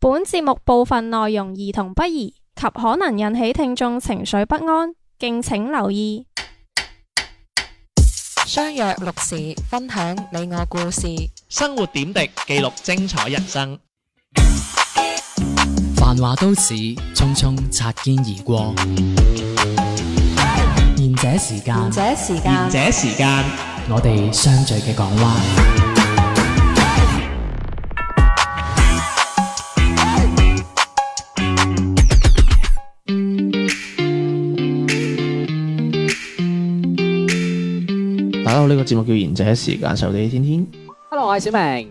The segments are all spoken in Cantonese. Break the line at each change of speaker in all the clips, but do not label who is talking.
本節目部分內容兒童不宜及可能引起聽眾情緒不安，敬請留意。
相約六時，分享你我故事。
生活點滴，記錄精彩人生。
繁華都市，匆匆擦肩而過。賢者時間
賢，者時間
賢，者時間，
我哋相聚嘅港灣。
大家好，呢個節目叫賢者時間，手地天天。
Hello，我係小明。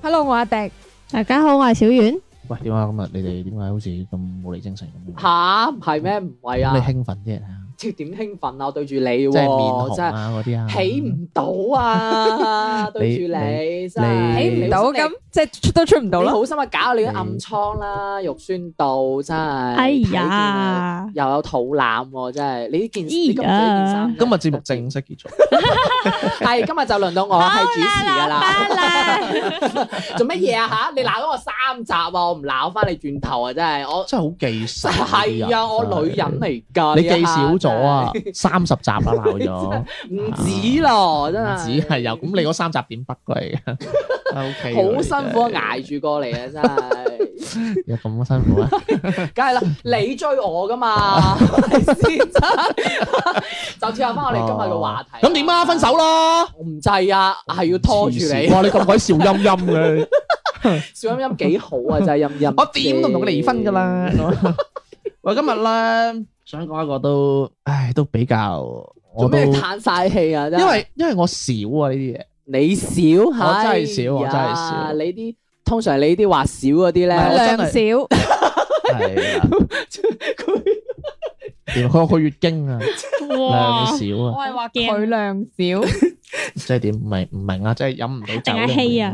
Hello，我阿迪。
大家好，我係小遠。
喂，點啊？今日你哋點解好似咁冇嚟精神咁樣？
吓，唔係咩？唔係
咁
啊！
你興奮啲啊？
超點興奮啊！我對住你
即
喎，
係面紅
真係
啊嗰啲啊，
起唔到 啊！對住你真係
睇
你
唔到
你好
咁
心，
即係出都出唔
你
到
你
啦。
好心啊！搞你啲暗瘡啦，肉酸到真係。
哎
睇見啊！
呀，
又有肚腩喎，真係你呢件，你今日
哎呀
呢件衫，
今日節目正式 結束，
係今日就輪到我係主持㗎啦。 做乜嘢啊吓？你鬧咗我三集啊！我唔鬧翻你轉頭啊！真係我
真係好記仇。
係啊！我女人嚟㗎。
你
呢一
記
刻
少咗啊
真係！
三十集啊鬧 咗，
唔止咯，真
唔
係
止係有咁，你嗰三集點北 嚟嘅？O K，
好辛苦啊，捱住過嚟啊，真 係，
有咁辛苦啊？
梗係啦，你追我噶 嘛，係咪先真係就跳入翻我哋今日嘅話題。
咁點啊？分手？啦！
我唔制啊，係要拖住
黐
你
線。哇！你咁鬼笑陰陰嘅，
小音音幾好啊，真係音音。
我點都唔同佢離婚噶。 啦。喂，今日咧想講一個都，唉，都比較， 我
做
都
咩嘆晒氣啊？真係
因為因為我少啊呢啲嘢，
你少係，
我真係少我真係少
哎呀你啲通常你啲話少嗰啲
唔係
咧，
我真
量
係
少，
係啊，連佢去月經啊，量
哇！
少啊，
係話
驚
佢量少，
即係點？唔係唔明啊，即係飲唔到酒。
定係氣啊！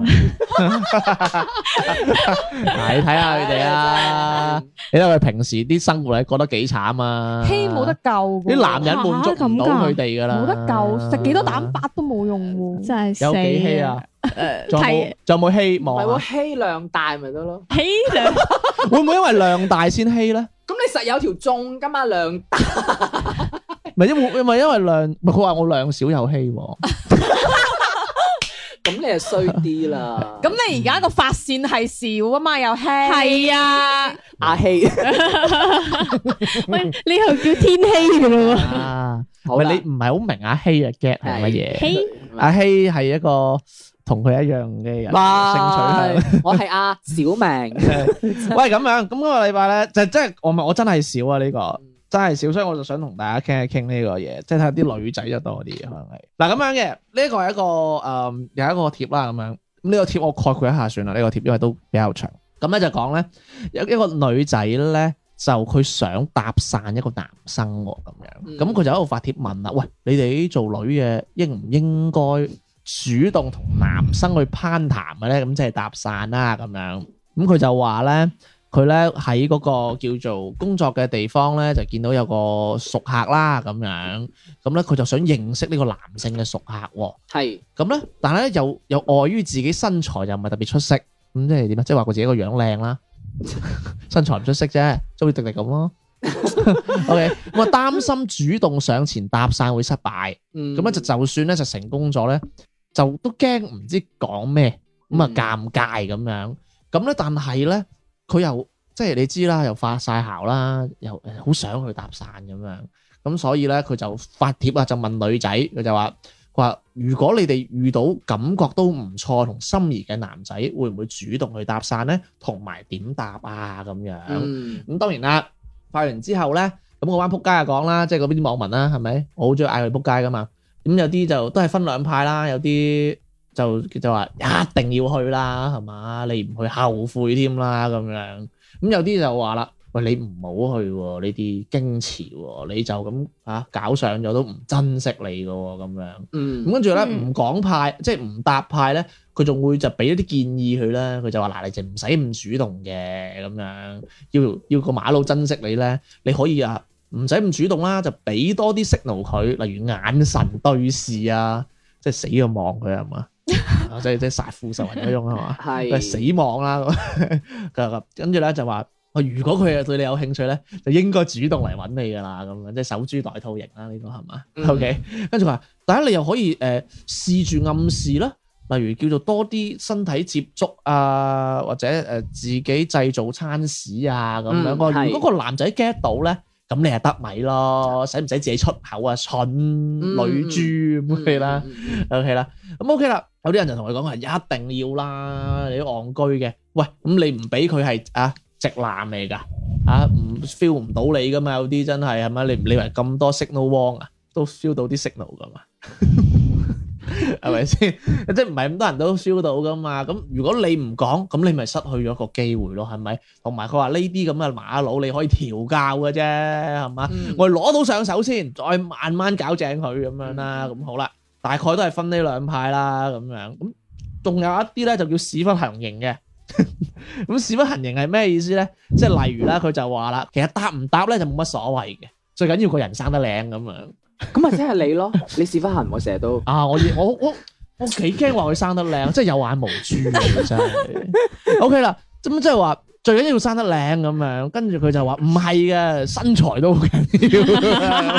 係睇下佢哋啊，你睇佢平時啲生活係過得幾慘啊！
稀冇得救
啲男人滿足啊唔到佢哋噶啦，
冇得救，食幾多蛋白都冇用喎。
真係
有幾
死
稀
啊！
啊？仲有冇仲有冇希
唔係
望啊
喎，？ 氣量大咪得咯。
起兩
會唔會因為量大先稀咧？
咁你實有條中噶嘛量大，
咪因為咪因為量，唔係佢話我量少有稀喎。
咁你就衰啲啦。
咁你而家個髮線係少啊嘛，又稀。
係啊！
阿希，
喂，呢度叫天氣噶咯喎，
啊，
好
唔
啦
係你唔係好明阿稀嘅 get 係乜嘢？
希
阿稀係一個同佢一樣嘅人，性取
係我 係阿小明，
向。喂，咁樣咁嗰個禮拜咧，就即係我咪我真係少啊呢 個。真係少，所以我就想同大家傾一傾呢個嘢，即係睇下啲女仔就多啲，可能係嗱咁樣嘅。呢個係一個誒、嗯有一個貼啦，咁樣咁呢個貼我概括一下算啦。呢、個貼因為都比較長，咁咧就講咧有一個女仔咧就佢想搭訕一個男生喎，咁樣
嗯
咁佢就喺度發帖問啦，喂，你哋啲做女嘅應唔應該主動同男生去攀談嘅咧？咁即係搭訕啦，咁樣咁佢就話咧。佢咧喺嗰個叫做工作嘅地方咧，就見到有個熟客啦咁樣，咁咧佢就想認識呢個男性嘅熟客喎，
係
咁咧但係咧又又礙於自己身材又唔係特別出色，咁即係點啊？即係話佢自己個樣靚啦， 身材唔出色啫，即好似迪迪咁咯。OK，咁啊擔心主動上前搭訕會失敗，
嗯
咁咧就就算咧就成功咗咧，就都驚唔知講咩，咁啊
嗯
尷尬咁樣。咁咧，但係咧，佢又即係你知啦，又發晒姣啦，又誒好想去搭訕咁樣。咁所以咧，佢就發帖啊，就問女仔，佢就話：佢話如果你哋遇到感覺都唔錯同心儀嘅男仔，會唔會主動去搭訕咧？同埋點搭啊？咁樣。
嗯
咁當然啦，發完之後咧，咁嗰班撲街就講啦，即係嗰邊啲網民啦，係咪？我好中意嗌佢哋撲街噶嘛。咁有啲就都係分兩派啦，有啲就就話一定要去啦，係嘛？你唔去後悔添啦咁樣。咁有啲就話啦，喂，你唔好去喎，你啲矜持喎，你就咁啊搞上咗都唔珍惜你嘅喎咁樣。咁
嗯
跟住咧
嗯
唔講派，即係唔答派咧，佢仲會就俾一啲建議佢咧，佢就話嗱，你就唔使咁主動嘅咁樣，要要個馬騮珍惜你咧，你可以啊唔使咁主動啦，就俾多啲 signal 佢，例如眼神對視啊，即係死咁望佢係嘛？啊，即係即係殺父仇人嗰種係嘛？佢係
係
死亡啦咁 佢話咁，跟住咧就話。哦如果佢係對你有興趣咧，就應該主動嚟揾你㗎啦，咁樣即係守株待兔型啦，呢個係嘛
嗯
？OK，跟住佢話，但係你又可以誒、呃、試住暗示啦，例如叫做多啲身體接觸啊，或者誒、呃自己製造餐屎啊咁樣。
嗯
個、
係
如果個男仔 get 到咧，咁你係得米咯，使唔使自己出口啊？蠢女豬咁樣啦。
嗯嗯嗯
OK 啦，咁 OK 啦。有啲人就同佢講係一定要啦，你都戇居嘅。喂，咁你唔俾佢係啊直男嚟㗎，啊唔 feel 唔到你㗎嘛？有啲真係係咪？你你以為咁多 signal wrong 啊，都 feel 到啲 signal 㗎嘛？係咪先？即係唔係咁多人都 feel 到㗎嘛？咁如果你唔講，咁你咪失去咗個機會咯，係咪？同埋佢話呢啲咁嘅馬佬，你可以調教嘅啫，係嘛？
嗯
我哋攞到上手先，再慢慢搞正佢咁樣啦。咁好啦，大概都係分呢兩派啦，咁樣。咁仲有一啲咧就叫屎忽行刑嘅。 咁屎忽行刑係咩意思咧？即係例如啦，佢就話啦，其實答唔答咧就冇乜所謂嘅，最緊要個人生得靚咁樣。
咁咪即係 你咯，你屎忽痕我成日都。
啊！我以我我我幾驚話佢生得靚，即係有眼無珠嘅真 係。O K 啦，咁即係話最緊要生得靚咁樣，跟住佢就話唔係嘅，身材都好緊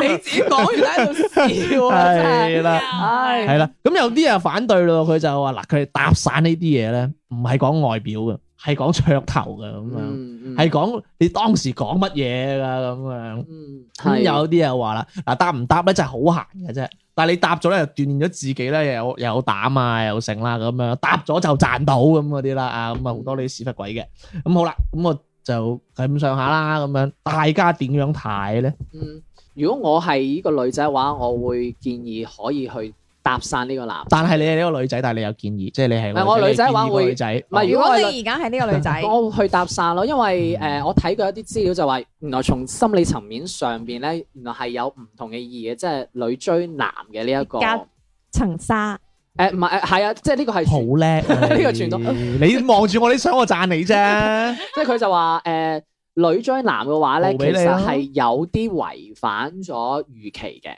你自己講完喺度
要，
笑啊！真係
係啦。
唉
係啦，咁有啲人啊反對咯，佢就話嗱，佢哋搭散呢啲嘢咧，唔係講外表嘅，係講噱頭嘅咁樣，
嗯，
係講你當時講乜嘢噶咁樣。
嗯
咁
係
有啲又話啦，嗱答唔答咧真係好閒嘅啫，但係你答咗咧就鍛鍊咗自己咧，又有又有膽啊，又成啦咁樣，答咗就賺到咁嗰啲啦啊，咁啊好多呢啲屎忽鬼嘅，咁好啦，咁我就咁上下啦，咁樣大家點樣睇咧？
嗯，如果我係呢個女仔嘅話，我會建議可以去搭訕呢個男。
但係你係呢個女仔，但係你有建議，即係你
唔係
係
我女仔
你建議
玩
個
會
女仔，
唔係
哦
如果你
而家係呢個女仔
我會去搭訕咯，因為誒、
嗯
呃我睇過一啲資料就話，原來從心理層面上邊咧，原來係有唔同嘅意義嘅，即係女追男嘅呢一個。
夾
誒
層沙，
唔係誒係啊，即係呢個係
好
傳
叻 啊，
呢個
你
傳統
你望住我啲相，我讚你啫。
即係佢就話誒、呃女追男嘅話咧，
冇
其
俾你
實
啦
係有啲違反咗預期嘅。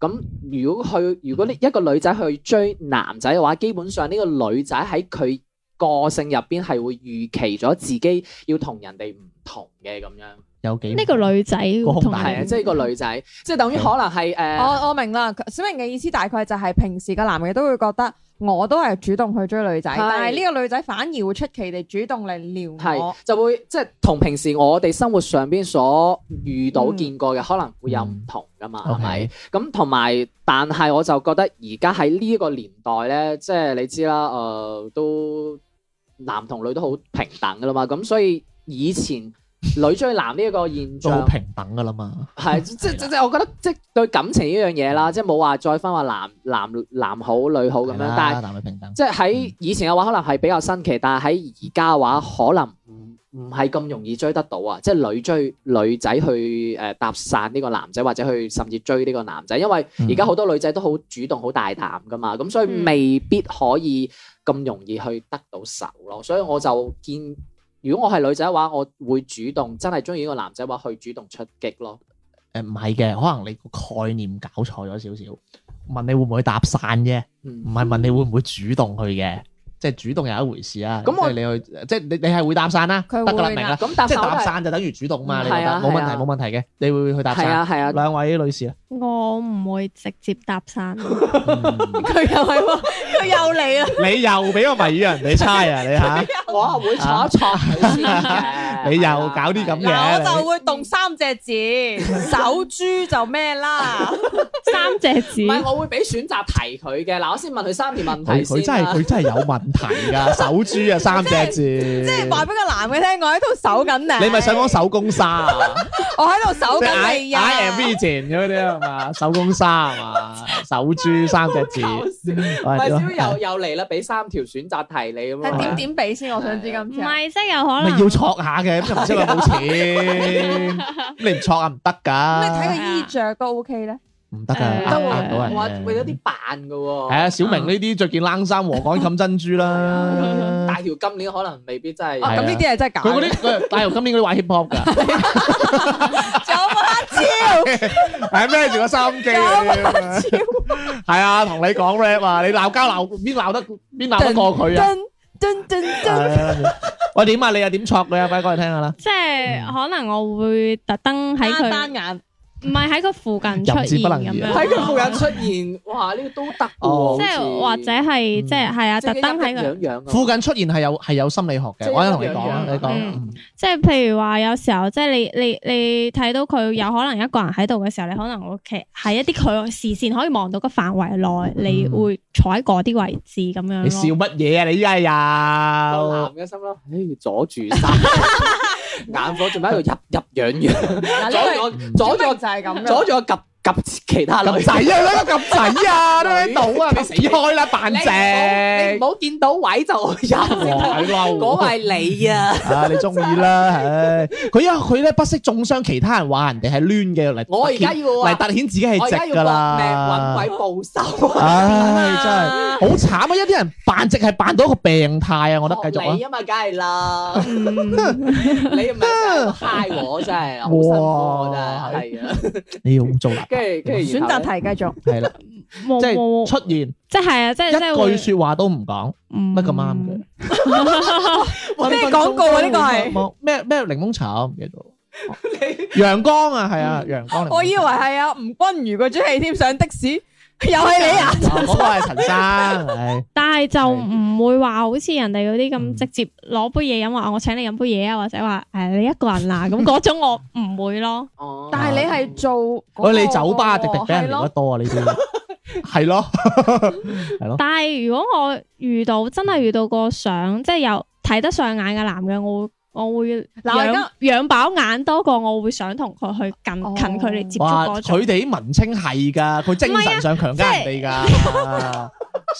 咁如果佢如果呢一個女仔去追男仔嘅話，基本上呢個女仔喺佢個性入邊係會預期咗自己要同人哋唔同嘅咁樣，
有幾
呢個女仔
個胸
同
大
係啊，
埋
即係個女仔，即係等於可能係誒。呃
我我明啦，小明嘅意思大概就係平時個男嘅都會覺得我都係主動去追女仔，
係
但係呢個女仔反而會出奇地主動嚟撩
係
我。
就會即係同平時我哋生活上邊所遇到
嗯
見過嘅可能會有唔同噶嘛，係咪
OK？
咁同埋，但係我就覺得而家喺呢個年代咧，即係你知啦，誒、都男同女都好平等噶啦嘛，咁所以以前女追男呢一個現
都好
象。
平等噶啦嘛，
係即即即，我覺得即對感情呢樣嘢啦，即冇話再分話男男男好女好咁樣，
係啦
但係
男女平等。
即係
嗯
喺以前嘅話，可能係比較新奇，但係喺而家嘅話，可能唔唔係咁容易追得到啊！即係女追女仔去誒、呃搭訕呢個男仔，或者去甚至追呢個男仔，因為
嗯
而家好多女仔都好主動、好大膽噶嘛，咁所以
嗯
未必可以咁容易去得到手咯。所以我就建，如果我係女仔嘅話，我會主動真係中意呢個男仔嘅話，去主動出擊咯。
誒唔係嘅，可能你個概念搞錯咗少少。問你會唔會搭散啫，唔
嗯，
係問你會唔會主動去嘅，即係主動有一回事啊。
咁我
即係你去，即係你你係會搭散啦，得
佢
㗎啦，
會
明
啦
啦。
咁搭
即係
訕
搭啊
都係
散就等於主動嘛，你
嗯
覺得
係啊
冇問
係啊
題冇問題嘅，你會去搭
係
散。
啊係啊，
兩位女士啊，
我唔會直接搭訕。
嗯
佢又係喎，佢又 嚟啦。
你又俾個謎語人哋猜啊，你嚇，
我啊會坐一坐佢先 嘅啊
你又搞啲咁
嗱，
嘅
我就會動三隻字，守株就咩 啦。
三隻字
唔係，我會俾選擇題佢嘅。嗱，我先問佢三條問題
佢佢真
先啊
係
啦。
佢真係有問題㗎，守株啊三隻字。
即係話俾個男嘅聽，我喺度守緊你。
你咪想講手工沙啊？
我喺度守
即係 I
緊你啊
I am Vision 嗰啲係嘛？手工沙係嘛？手珠三隻字，喂
搞笑咪
點啊
小又又嚟啦，俾三條選擇題你咁
係點
啊。
點俾先？我想知今
唔
次。
係即係有可
咪
能
要戳下嘅，咁又唔知佢冇錢，咁你唔戳下唔得
咁你睇
㗎，
佢衣着都 OK 咧。
唔得㗎，
誒
呃
呃
都
呃到
會
人
我為咗
嘅。
啲扮嘅
係
喎，
啊，小明呢啲着件冷衫和港冚珍珠啦
大。條今年可能未必真
哦，
係。
咁呢 啲係真係假
佢嗰
嘅。
啲佢大雄今年嗰啲玩 hip hop 㗎，
仲有冇黑超？
係孭住個收音機嗰啲，係啊，同你講 rap à. 啊，你鬧交鬧邊鬧得邊鬧得過佢啊？
真真真，
係啊喂，點啊？你又點戳佢啊？快講嚟聽下啦！
即係
嗯
可能我會特登喺
單
佢，
單眼
唔係喺佢附近出
淫之
現
不能
咁
移啊
樣，
喺佢附近出現，哇！呢個都得
哦
喎，
即係或者係
嗯
即係係啊，特登喺佢，
佢樣
附
樣
近出現係有係有心理學嘅，我一同你講啊，你講
嗯
嗯
即係譬如話有時候即係你你你睇到佢有可能一個人喺度嘅時候，你可能會企喺一啲佢視線可以望到嘅範圍內，你
嗯
會坐喺嗰啲位置咁樣
你笑
咯。
乜嘢啊？你依家又
個男嘅心啦，唉，阻住晒， 眼火仲喺度入入樣樣，
嗱呢個
阻住我，阻住
就
我，
係咁
阻
啦。
住我及及其他女
仔啊，你喺度撳仔啊，都喺度啊，你死開啦，扮
你唔好你唔
正！
好見到位就入，
哇，你嬲
嗰個
à.
係你啊！
啊，你中意啦，唉，佢因為佢咧不惜中傷其他人，話人哋係攣嘅嚟，
我而家要
嚟
啊，
凸顯自己
我而
係
家
直
要
噶
搏
啦，
命揾鬼報仇啊！
唉，真係好慘啊！一啲人扮直係扮到一個病態啊，我覺得繼續啊
你，啊嘛，梗係啦，
嗯，
你唔係嗨我真係好辛苦，我真
哇
係係啊，
你要做啦，
跟住跟住
選
然後
擇
呢
題繼續，
係啦，
冇
即係
冇，
出現
即係啊，即係即係會
一句説話都唔講，乜咁啱嘅
嗯？
哇
咩廣告啊呢個係
冇咩咩檸檬茶唔記得咗，陽光啊，係啊，陽光檸檬茶。
我以為係啊吳君如嗰出戲添，上的士又係你啊！
啊嗰個係陳生，係
但係就
係
唔會話好似人哋嗰啲
嗯
咁直接攞杯嘢飲話我請你飲杯嘢啊，或者話誒你一個人啊咁嗰種我唔會咯。
哦
但係你係做嗰個
喂，你酒吧迪迪俾
哦
人
係
聊
咯
得多啊，呢啲係咯，
但係如果我遇到真係遇到個相即係有睇得上眼嘅男嘅，我會我會
嗱我而
養
家
養飽眼多過我會想同佢去近
哦
近距離接觸
哇！
嗰種啊
佢。啊哋啲文青係㗎，佢精神上強姦人哋㗎，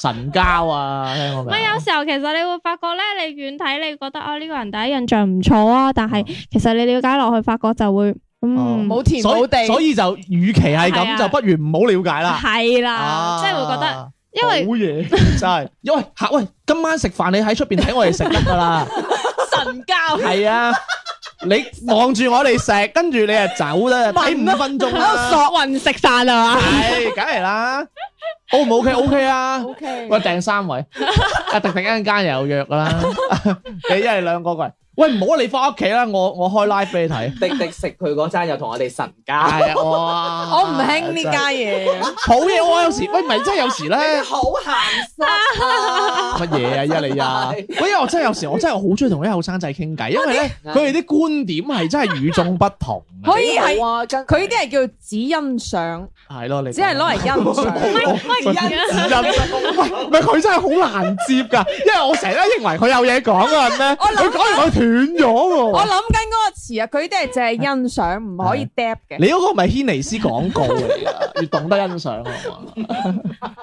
神交啊！聽我明
唔係有時候其實你會發覺咧，你遠睇你覺得啊呢、個人第一印象唔錯啊，但
嗯
係其實你了解落去發覺就會嗯
冇田
哦所以
冇地
所以就與其係
係啊
咁，就不如唔好了解啦。
係啦，
啊
即係會覺得因為。
好嘢真係， 因為嚇喂，今晚食飯你喺出邊睇我哋食得㗎啦。
神交，
係啊，你望住我哋食，跟住你啊走啦，睇五分鐘啦，
索云食飯啊嘛，
係，梗係啦，O 唔 OK？OK 啊，
O K，
喂，訂三位，阿迪迪一陣間又有約㗎啦，你一係兩個過嚟，喂唔好啊你翻屋企啦，我我開 live 俾你 睇，
迪迪食佢嗰餐又同我哋神交，
係啊，哇，
我唔興呢家嘢，
好嘢，我有時喂唔係真係有時咧。
好鹹濕啊！
乜嘢啊？依家你啊，
真
喂，因為我真係有時我真係好中意同啲後生仔傾偈，因為咧佢哋啲觀點係真係與眾不同嘅，
可以係
好啊，跟
佢呢啲係叫只欣賞，
係啊咯，你
只係 攞嚟欣賞。
喂，唔啊係佢真係好難接㗎，因為我成日都認為佢有嘢講嗰陣咧，
我諗
佢講完佢斷咗
我
喎。
諗緊嗰個詞啊，佢啲係淨係欣賞，唔可以 d e b 嘅。
你嗰個咪軒尼斯廣告嚟㗎，要懂得欣賞啊嘛。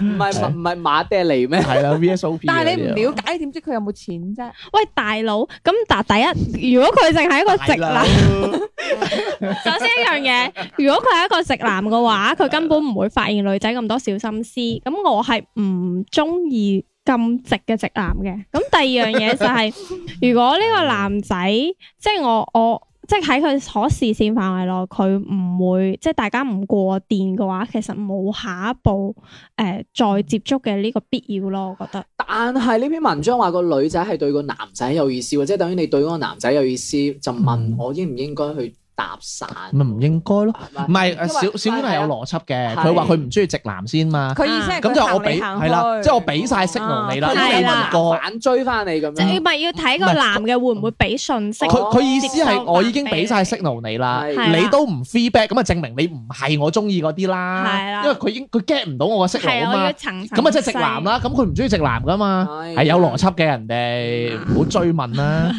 唔係唔係馬爹利咩？
係啦，VSOP
但係你唔了解，點知佢有冇錢
啊
啫？
喂大佬，咁但第一，如果佢淨係一個直男， 首先一樣嘢，如果佢係一個直男嘅話，佢根本唔會發現女仔咁多小心思。咁我係唔中意咁直嘅直男嘅。咁第二樣嘢就係、如果呢個男仔，即係我我。即係喺佢可視線範圍內，佢唔會即係大家唔過電嘅話，其實冇下一步誒、呃再接觸嘅呢個必要咯，我覺得。
但係呢篇文章話個女仔係對個男仔有意思喎，即係等於你對嗰個男仔有意思，就問
嗯
我應唔應該去搭訕？
咪唔應該咯。唔係，誒
因為
小小娟係有邏輯嘅，
係啊
佢話佢唔中意直男先嘛。
佢意思係
咁
佢
就我
行
俾
嚟行去
係啦，即係我俾晒息
啊
怒你啦，
佢
因為
係
你
啦
問過。
反追翻你咁
即係
樣。
咪要睇個男嘅會唔會俾信息？
嗯佢佢意思係
哦
我已經俾晒 signal 你啦，
係
啦
你都唔 feedback，咁啊證明你唔係我中意嗰啲
係
啦
啦，
因為佢已經佢 get 唔到我嘅 signal
係
啊
我要
嘛，
層層
咁啊即係直男啦，咁佢唔中意直男噶嘛，
係
係有邏輯嘅人哋，唔好追問 啦，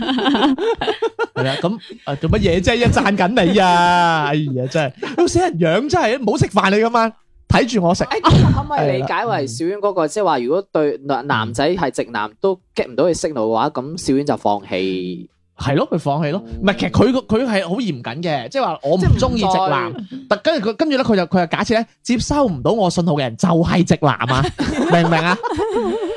係啦，咁啊做乜嘢啫？一讚緊你啊，哎呀真係，都死人樣真係，唔好食飯你咁晚，睇住我食，
誒可唔可以理解為小婉嗰個即係話，如果對男男仔係直男都 get 唔到佢 signal 嘅話，咁小婉就放棄。
係咯，佢放棄咯，唔係其實佢個佢係好嚴謹嘅，即係話我唔
即係唔
中意直男。但跟住佢，跟住咧， 佢就佢就假設咧，接收唔到我信號嘅人就係直男啊，明唔明啊？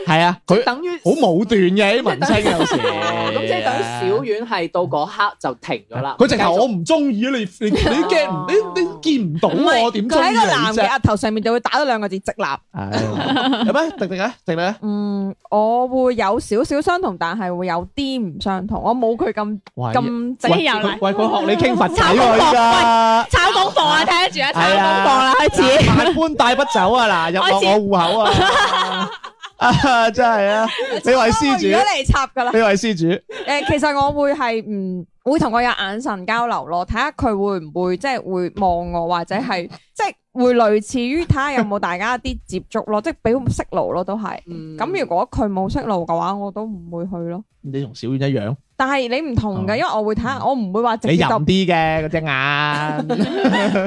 係啊，佢
等於
好武斷嘅啲文青有時，
咁即係等於小
於
丸係到嗰刻就停咗啦。
佢直頭
唔繼續
我唔中意啊你，你你你驚
Ờ.
唔你你見唔到我
佢
點中意
喺
你
個男嘅
啫？
額頭上面就會打咗兩個字直男。
Ờ. 係有咩？定定啊，定定啊！
嗯，我會有少少相同，但係會有啲唔相同。我冇佢咁
喂
咁啊直
即係又嚟
喂，佢學你傾佛仔
抄功
喎
課
依家。
抄功課啊，睇得住啊，抄功
係啊
課啦，開始。
萬般帶不走啊！嗱，入落我户口啊！啊，真係啊！你為施主
如果，嚟插㗎啦。
你為施主，
誒，其實我會係唔會同佢有眼神交流咯，睇下佢會唔會即係會望我，或者係
嗯
即係會類似於睇下有冇大家啲接觸咯，即係俾息路咯，都係。
嗯
咁如果佢冇息路嘅話，我都唔會去咯。
你同小婉一樣，
但係你唔同嘅，
哦
因為我會睇下，我唔會話直
你啊
接
淫
就，
啲嘅嗰隻眼。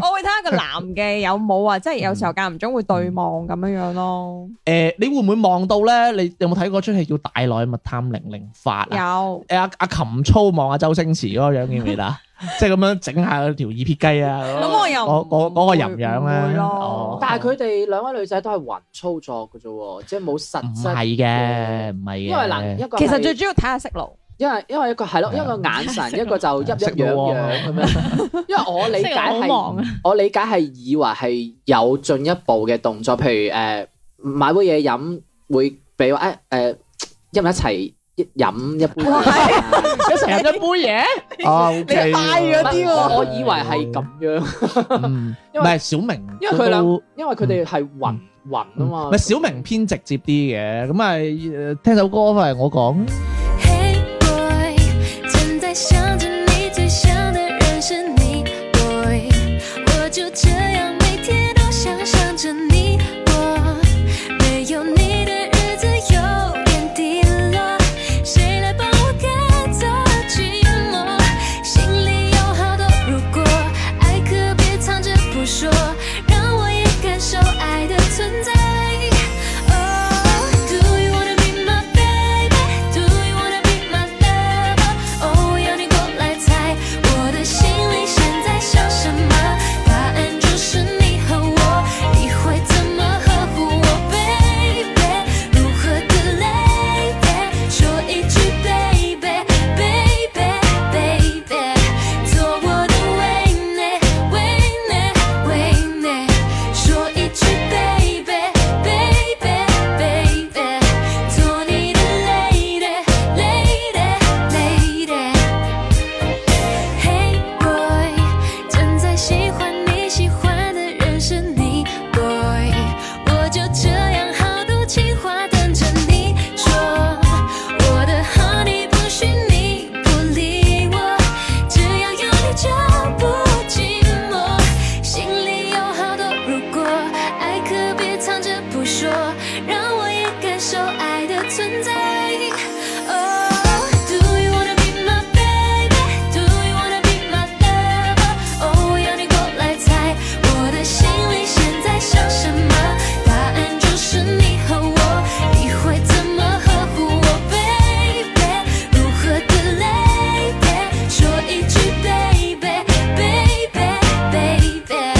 我會睇下個男嘅有冇啊，即係有時
嗯
候間唔中會對望咁樣樣咯。
誒，你會唔會望到咧？你有冇睇過出戲叫《大內密探零零發》啊？
有
誒阿阿琴操望阿周星馳嗰個樣見唔見啊？即係咁樣整下條耳撇雞啊！
咁我又
嗰嗰嗰個淫樣
唔會
咧，
咯
哦
但係佢哋兩位女仔都係雲操作嘅啫喎，即係冇實
唔
質
係嘅，唔係嘅，
因為嗱，一個
其實
係
最主要睇下息 路，
因為因為一個係咯，
係
一
啊
個眼神，一個就一一
識
樣
路喎
樣咁 樣。因為我理解
識路好忙
係，我理解係以為係有進一步嘅動作，譬如誒買杯嘢飲，會俾我誒誒一唔一齊一飲一杯嘢啊。
一齊飲一杯嘢。哦，你
你快咗啲喎
我以為
Ừ.
係咁樣，
嗯，唔
因為
係小明，
因為佢兩
都
因為佢哋係暈暈啊嘛
唔係。小明偏直接啲嘅，咁咪誒聽首歌翻嚟我講。
Hey boy，正在想着你，最想的人是你，boy。我就这样每天都想象着你，我没有你的日子有点低落，谁来帮我赶走寂寞？心里有好多如果，爱可别藏着不说，让我也感受爱的存在。Oh, do you wanna be my baby? Do you wanna be my lover? Oh，要你过来猜，我的心里现在想什么？答案就是你和我，你会怎么呵护我，baby？如何的 lady？说一句 baby，baby，baby。做我的为难，为难，为难，说一句 baby baby baby，做你的 lady lady lady。Hey boy，正在喜欢你喜欢的人是你，boy，我就这样好多情话等着你说。我的 honey 不许你不理我，只要有你就不寂寞。心里有好多如果，爱可别藏着不说，让我也感受爱的存在。Oh, do you wanna be my baby? Do you wanna be my lover? Oh，要你过来猜，我的心里现在想什么？答案就是你和我，你会怎么呵护我，baby？如何的 lady？说一句 baby，baby，baby。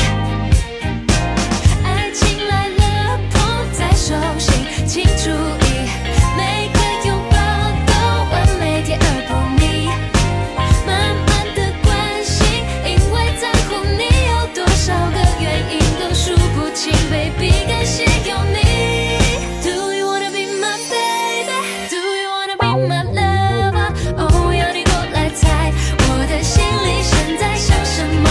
爱情来了，捧在手心，请注意，每个拥抱都完美，甜而不腻。慢慢的关心，因为在乎你有多少个原因都数不清，baby，感谢有你。Do you wanna be my baby? Do you wanna be my lover? 哦，要你过来猜，我的心里现在想什么？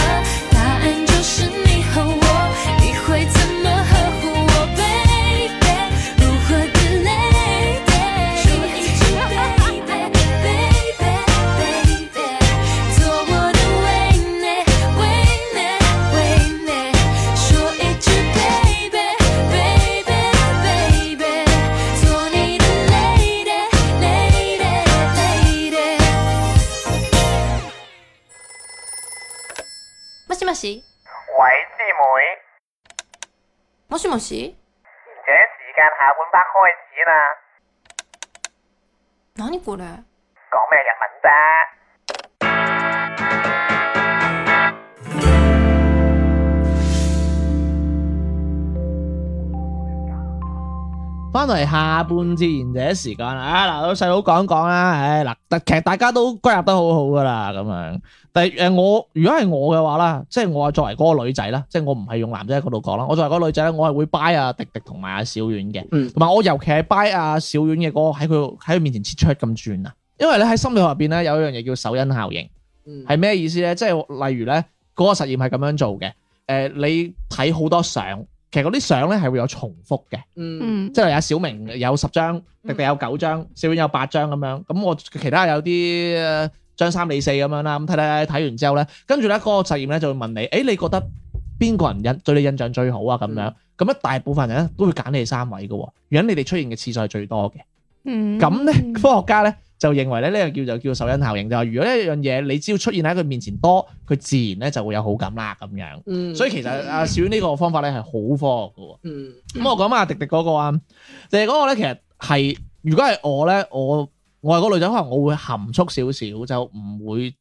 答案就是你和我，你会怎么呵护我，baby？如何的 lady？说一句 baby，baby，baby，做我的为难，为难，为难，说一句 baby，baby，baby，做你的 lady，lady，lady。
もしもし
喂，師妹，
もしもし
而且時間下半 part 開始啦，
何これ
講咩日文啫？
翻翻嚟下半節賢者時間啦啊！嗱，老細佬講講啦，唉嗱，但其實大家都歸納得好好噶啦，咁樣。但係誒，我如果係我嘅話啦，即係我係作為嗰個女仔啦，即係我唔係用男仔嗰度講啦，我作為嗰個女仔咧，我係會 buy 阿迪迪同埋阿小婉嘅，
嗯
同埋我尤其係 buy 阿小婉嘅嗰個喺佢喺佢面前切出咁轉啊，因為咧喺心理學入邊咧有一樣嘢叫首因效應。
嗯
係咩意思咧？即係例如咧，嗰、個實驗係咁樣做嘅。誒、呃你睇好多相，其實嗰啲相咧係會有重複嘅。
嗯
嗯，
即係例如阿小明有十張，迪迪有九張，小婉有八張咁樣。咁我其他有啲呃張三李四咁樣啦。咁睇睇睇睇完之後咧，跟住咧嗰個實驗咧就會問你：，誒、你覺得邊個人印對你印象最好啊？咁樣咁一大部分人咧都會揀你哋三位嘅喎，原因你哋出現嘅次數係最多嘅。
嗯
咁咧，
嗯
科學家咧就認為咧呢樣叫做叫首因效應，就係如果一樣嘢你只要出現喺佢面前多，佢自然咧就會有好感啦咁樣。
嗯
所以其實阿小婉呢個方法咧係好科學嘅喎。
嗯
咁我講翻阿迪迪嗰個啊，迪迪嗰個咧其實係如果係我咧，我我係嗰個女仔，可能我會含蓄少少，就唔會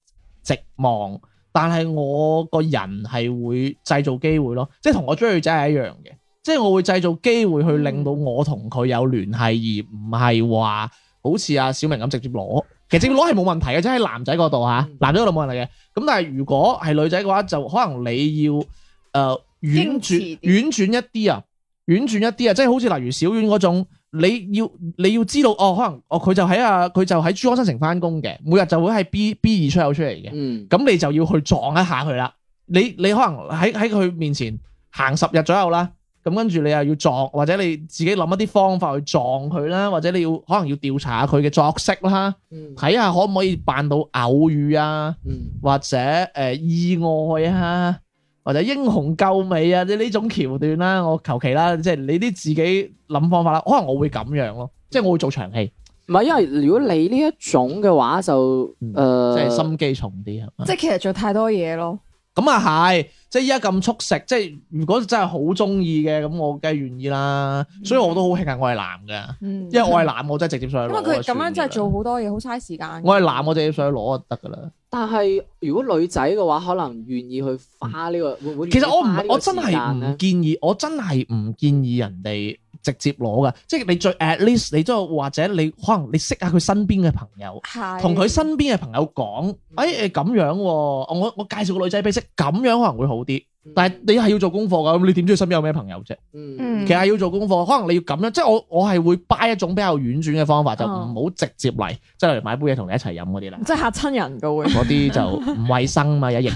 直望，但係我個人係會製造機會咯，即係同我追女仔係一樣嘅，即係我會製造機會去令到我同佢有聯繫，而唔係話好似阿小明咁直接攞。其實直接攞係冇問題嘅，即係喺男仔嗰度嚇
嗯，
男仔嗰度冇問題嘅。咁但係如果係女仔嘅話，就可能你要誒、呃、婉
矜持
轉
啲
婉轉一啲啊，婉轉一啲啊，即係好似例如小婉嗰種，你要你要知道哦，可能哦佢就喺啊佢就喺珠江新城翻工嘅，每日就會喺 B B 二出口出嚟嘅。
嗯
咁你就要去撞一下佢啦。你你可能喺喺佢面前行十日左右啦，咁跟住你又要撞，或者你自己諗一啲方法去撞佢啦，或者你要可能要調查下佢嘅作息啦，
嗯
睇下可唔可以扮到偶遇啊，
嗯
或者誒、呃意外啊，或者英雄救美啊，即係呢種橋段啦。我求其啦，即係你啲自己諗方法啦。可能我會咁樣咯，即係我會做長戲，
唔係，因為如果你呢一種嘅話就
嗯即
誒
係心機重啲係啊嘛
即係其實做太多嘢咯。
咁啊係，即係依家咁速食，即係如果真係好中意嘅，咁我梗係願意啦。所以我都好慶幸我係男嘅，
嗯，
因為我係男，我真係直接上
因
去
為
攞。
佢咁樣真係做
好。
好多嘢，好嘥時間。
我係男，我直接上去攞就得噶啦。
但係如果女仔嘅話，可能願意去花呢個啊會唔會？
嗯其實我唔，我真係
係
唔建議，我真係唔建議人哋直接攞噶。即係你最 at least，你都係或者你可能你識下佢身邊嘅朋友，
係
同佢身邊嘅朋友講，哎誒誒咁樣喎，我我介紹個女仔俾你識，咁樣可能會好啲。但係你係要做功課噶，咁你點知佢身邊有咩朋友啫？
嗯
嗯
其實係要做功課，可能你要咁樣，即係我我係會 buy 一種比較婉轉嘅方法，就唔好直接嚟，即係例如買杯嘢同你一齊飲嗰啲啦，
即係嚇親人噶 會。
嗰啲就唔衞生嘛，有疫情。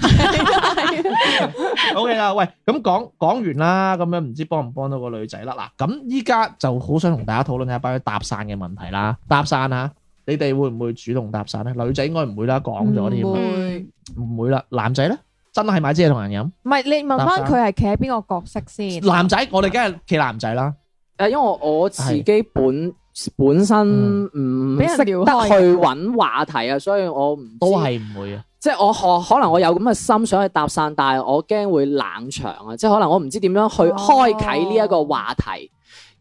O K 啦，喂，咁講講完啦，咁樣唔知幫唔幫到個女仔啦。嗱，咁依家就好想同大家討論下關於搭訕嘅問題啦。搭訕啊，你哋會唔會主動搭訕咧？女仔應該唔會啦，講咗添啊
唔，會
嗯
唔會啦。男仔咧，真係買支嘢同人飲。
唔係你問翻
搭訕
佢係企喺邊個角色先？
男仔，我哋梗係企男仔啦。
誒，因為我自己本本身
嗯
唔
俾人
識得去
撩開嘅
揾話題啊，所以我唔知
啊都係唔會啊，
即係我可可能我有咁嘅心想去搭訕，但係我驚會冷場啊！即係可能我唔知點樣去
哦
開啟呢一個話題。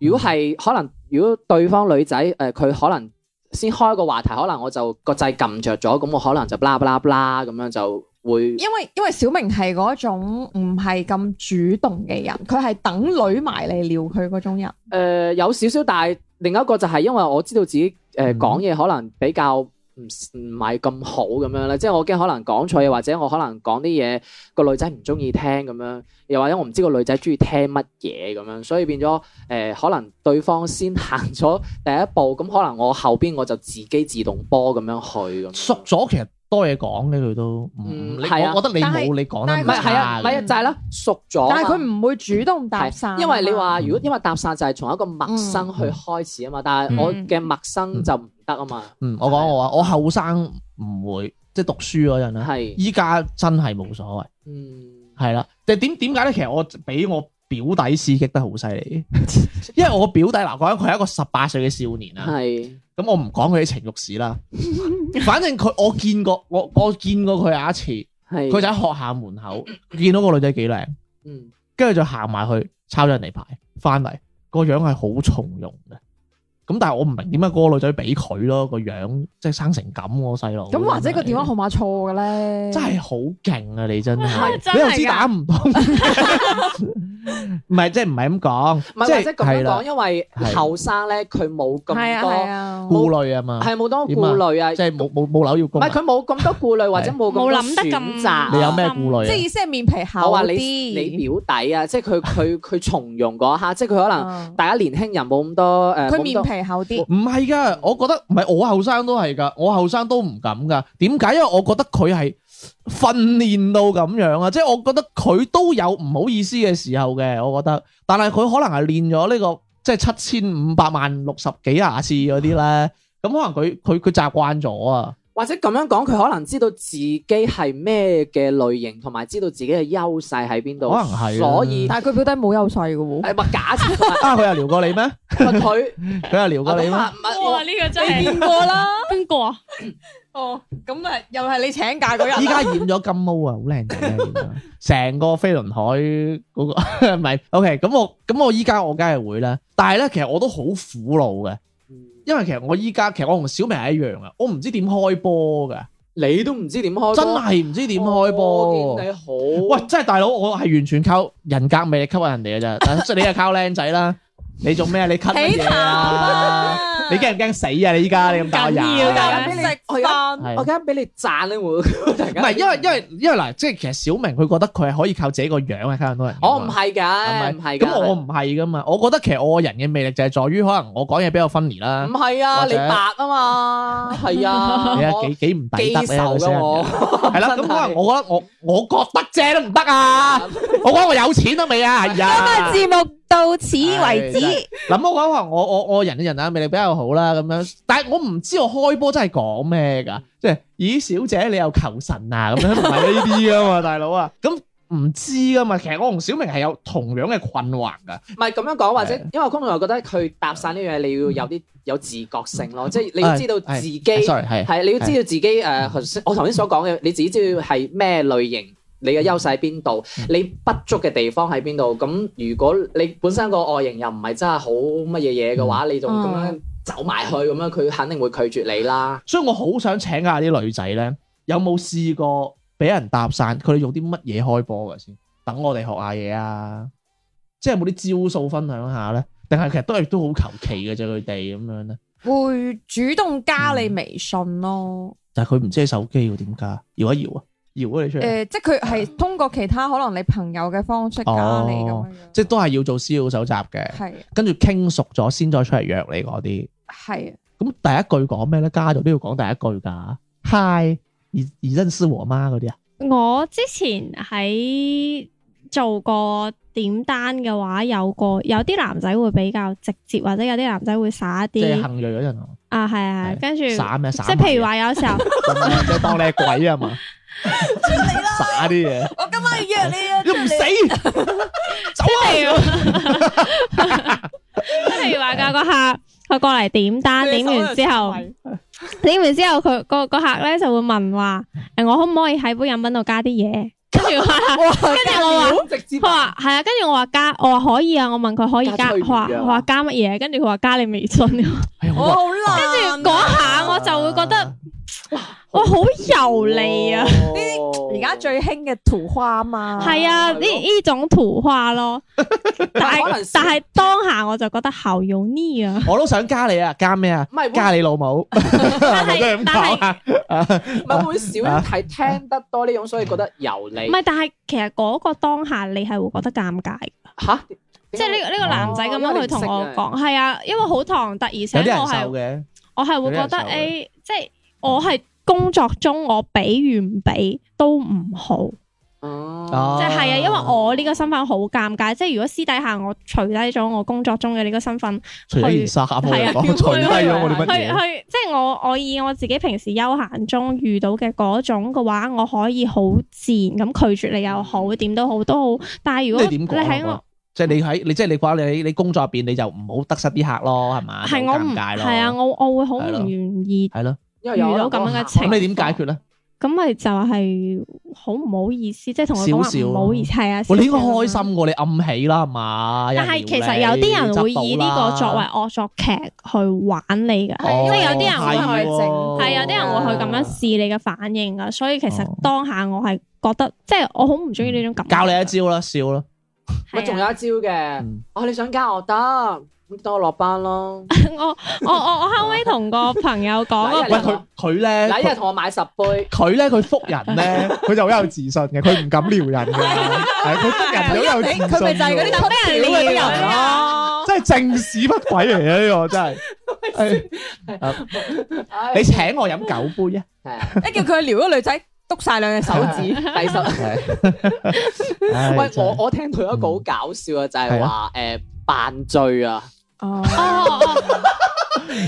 如果係可能，如果對方女仔誒佢、可能先開個話題，可能我就個掣撳着咗，咁我可能就 bla bla bla 咁樣就會
因為因為小明係嗰種唔係咁主動嘅人，佢係等女埋嚟撩佢嗰種人。
誒、呃有少少，但係另一個就係因為我知道自己誒
嗯
講嘢可能比較唔唔係咁好咁樣咧，即係我驚可能講錯嘢，或者我可能講啲嘢個女仔唔中意聽咁樣，又或者我唔知個女仔中意聽乜嘢咁樣，所以變咗誒、呃可能對方先行咗第一步，咁可能我後邊我就自己自動波咁樣去咁。
熟咗其實多嘢講嘅佢都，唔
嗯
你
係啊
我覺得你
但係
冇你講得
但
唔
唔
係
係係啊，
差
唔係啊，
嘅
就係啦，熟咗嘛。
但係佢唔會主動搭
係
訕，啊
因為你話如果因為搭訕就係從一個陌
嗯
生去開始啊嘛，但係我
嗯
嘅陌生就唔得啊嘛，
嗯，我講我話我後生唔會，即係讀書嗰陣啦，
係，
依家真係冇所謂，
嗯，
係啦。但係點點解咧？其實我俾我表弟刺激得好犀利，因為我表弟嗱講緊佢係一個十八歲嘅少年啊。
係，
咁我唔講佢啲情慾史啦，反正佢我見過我我見過佢有一次，
係，
佢就喺學校門口見到個女仔幾靚，
嗯，
跟住就行埋去抄咗人哋牌，翻嚟個樣係好從容嘅。咁但係我唔明點解嗰個女仔俾佢咯，個樣即係生成咁我細路。
咁或者個電話號
真係
碼錯嘅咧，
真係好勁啊！你真係，
真係㗎
你又知打唔通，唔係即係唔係咁
唔
講，
係或
即
者
係
咁樣
係
講，
啦，
因為
係
後生咧佢冇咁
係啊係
多
啊，
顧慮啊嘛，
係冇多
點啊
顧慮啊，
即係冇冇冇樓要
唔
供啊
係。佢冇咁多顧慮或者冇咁多
冇諗得咁
選擇
你有咩顧慮
即係
啊？
意思係面皮厚
我話你你
啲。
表弟啊，即係佢佢 佢從容嗰一刻，即係佢可能
啊
大家年輕人冇咁多誒，
佢
冇咁
面
多
皮厚啲，
唔係噶，我覺得唔係我後生都係噶，我後生都唔敢噶。點解？因為啊我覺得佢係訓練到咁樣啊，即係我覺得佢都有唔好意思嘅時候嘅，我覺得。但係佢可能係練咗呢個即係七千五百萬六十幾廿次嗰啲咧，咁可能佢佢佢習慣咗啊。
或者咁樣講，佢可能知道自己係咩嘅類型，同埋知道自己嘅優勢喺邊度。
可能係啊
所 以
但係佢表弟冇優勢嘅喎。
誒，咪假設同埋
啊，佢有聊過你咩？
同埋佢
佢有聊過你咩？
啊唔係我
哇！呢個真係邊
過啦，
邊個啊？
哦，咁啊，又係你請假嗰日
依 家染咗金毛啊，好靚仔啊！染咗成個飛輪海嗰、個 唔係 OK，咁我咁我依家我梗係會啦，但係咧其實我都好苦惱嘅，因為其實我依家其實我同小明係一樣啊，我唔知點開波㗎，
你都唔知點開波，
真係唔知點開波。
哦我見你啊好
喂，真係大佬，我係完全靠人格魅力吸引人哋嘅啫， 但係你係靠靚仔啦，你做咩啊？你吸乜嘢啊？你驚唔驚死啊？你依家你咁大個人，
唔緊要㗎
我俾你食飯
係啊
我而家俾你讚你會 突然
唔
間
係因為因為因為嗱，即係其實小明佢覺得佢係可以靠自己個樣係啊吸引到人㗎嘛。
我哦唔係㗎，
係
唔
咪？
係㗎，
咁我唔係噶嘛，我覺得其實我個人嘅魅力就係在於可能我講嘢比較分離啦
唔，係啊，
或
你
者
白啊 嘛，係啊，
你
我
睇幾幾唔抵得
記
咧，
仇
有些
㗎
人
我，
係啦，咁可
真係
能我覺得我我覺得啫都唔得 啊，我講我有錢都未啊，係啊，
節目到此
為
為
止
止，
諗我講可能我我我人嘅人啊魅力比較好啦咁樣，但係我唔知我開波真係講咩㗎，即係咦小姐你又求神啊咁樣，唔係呢啲噶嘛，大 佬啊，咁唔知噶嘛，其實我同小明係有同樣嘅困惑㗎，
唔係咁樣講，或者
係
因為我公眾又覺得佢搭訕呢樣嘢，你要有啲有自覺性咯，即係你要知道自己係
sorry 嗯係
你要知道自己誒，頭先我頭先所講嘅，你自己知道係咩類型。你嘅優勢喺邊度？
嗯
你不足嘅地方喺邊度？咁如果你本身個外形又唔係真係好乜嘢嘢嘅
嗯
話，你仲咁樣走埋去咁樣，佢肯定會拒絕你啦。
所以我好想請下啲女仔咧，有冇試過俾人搭訕？佢哋用啲乜嘢開波嘅先？等我哋學下嘢啊！即係有冇啲招數分享下咧？定係其實都係都好求其嘅啫，佢哋咁樣咧。
會主動加你微信咯。
但係佢唔知係手機要點加，搖一搖啊，搖咗你出嚟，
誒，即係佢係通過其他可能你朋友嘅方式加你咁樣樣，
即係都係要做私料搜集嘅，
係
跟住傾熟咗先再出嚟約你嗰啲。
係
咁第一句講咩咧？加咗都要講第一句㗎。Hi，而而真是我媽嗰啲啊？
我之前喺做過點單嘅話，有個有啲男仔會比較直接，或者有啲男仔會耍一
即係
啲
行鋭嗰陣啊，
啊，係啊，
係
跟住即
耍咩耍？
係譬如話有時候
即係當你係鬼啊嘛，耍啲嘢，
我今晚要約 你啊
你唔死，走
譬
啊！
如譬如話有個客佢過嚟點單，點完之後。點完之後，佢個個客咧就會問話：誒，我可唔可以喺杯飲品度加啲嘢？跟 住我話，跟住我話，
直接
佢話係啊，跟住我話加，我話可以啊，我問佢可以
加
加，佢
催眠
話
藥啊
佢話加乜嘢？跟住佢話加你微信。 跟
哎呀
我
好核
好難，
住嗰下啊我就會覺得，哇，好油膩啊！
啲
而家最興嘅圖花嘛，
係啊，呢呢種圖畫咯。但
可能
係
是
但係當下我就覺得好油膩啊！
突 我都想加你啊，加咩啊
唔？係
加你老母，
但
咪都啊係
係
咁
但
講
係
啊！啊
唔係會少啲睇聽得多呢種，所以覺得油
唔
膩
係？但係其實嗰個當下你係會覺得尷尬嘅
嚇。
即係呢個呢個男仔咁
哦因為
樣
你
去
唔
同
識
我
嘅
講，係啊，因為好唐突，而且
有啲
我
人瘦
係
嘅，
我係會覺得
有啲人受嘅
誒，即係我係工作中我俾與唔俾都唔好，
哦，
即
即
係係啊，因為我呢個身份好尷尬，即係如果私底下我除低咗我工作中嘅呢個身份，
除咗件衫，我
係啊
哋講除低咗我哋乜
去
嘢？
去即係我我以我自己平時休閒中遇到嘅嗰種嘅話，我可以好自然咁拒絕你又好，點都好都好，但係如果
嗯你點講
喺
啊
我？
即係你喺你即係你話你你工作入邊你就唔好得失啲客咯，係嘛？
係我
好
唔
尷尬咯，
係啊，我我會好
係咯
唔願意
係咯。
因為有
遇到咁樣嘅情況
咁你點解決咧？
咁咪就係好唔好意思，即係同佢講
少
話
少
唔
啊
好意思，係啊。
喂，你
少少啊
應該
嘛
開心。過你暗喜啦，係嘛？
但係其實有啲人會以呢個作為惡作劇去玩你㗎，
哦
即係有啲人
係
會去，
喎
係有啊啲人會去咁樣試你嘅反應㗎。所以其實
哦
當下我係覺得，即係我好唔中意呢種感覺。
教你一招啦，笑啦，
咪仲有一招嘅
嗯，
哦你想加我得，咁等我落 班咯。
我我我我後尾同個朋友講嗰
嗱一
個
喂，
日
佢佢咧，
嗱，一日
哎佢
同我買十杯，
佢咧佢覆人咧，佢就好有自信嘅，佢唔敢撩人嘅，係佢覆人就好有自信
佢咪就係嗰
嘅
啲偷屌嗰啲人咯。
真係正屎不鬼嚟嘅呢個真係。
唉
你請我飲九杯啊！
係啊
一叫佢撩嗰個女仔，篤晒兩隻手 指。
第十。
唉真係
喂，
嗯
我我聽到一個好搞笑嘅就係
係啊
話誒扮醉啊，
哦，
哦哦哦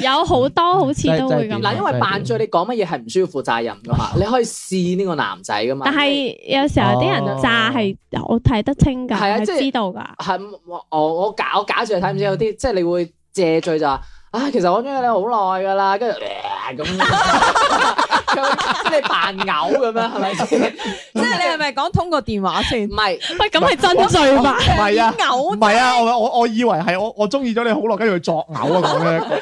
有好多好似都會
嗯真係真係
嗱，
咁，
因為扮醉你講乜嘢係唔需要負責任噶 嘛，你可以試呢個男仔噶嘛。
但係有時候啲人炸係我睇得清㗎，
係啊即係
係知道㗎。
係我我我假我假住你睇唔知有
嗯
啲即係你會借醉就話，啊其實我中意你好耐噶啦，跟住呃咁， 咁即係你扮嘔咁樣係咪先？
即係你係咪講通過電話先
唔？係，
喂，咁係真醉吧？
唔係啊，
嘔
唔係啊，我我我以為係我我中意咗你好耐，跟住佢作嘔啊講咧，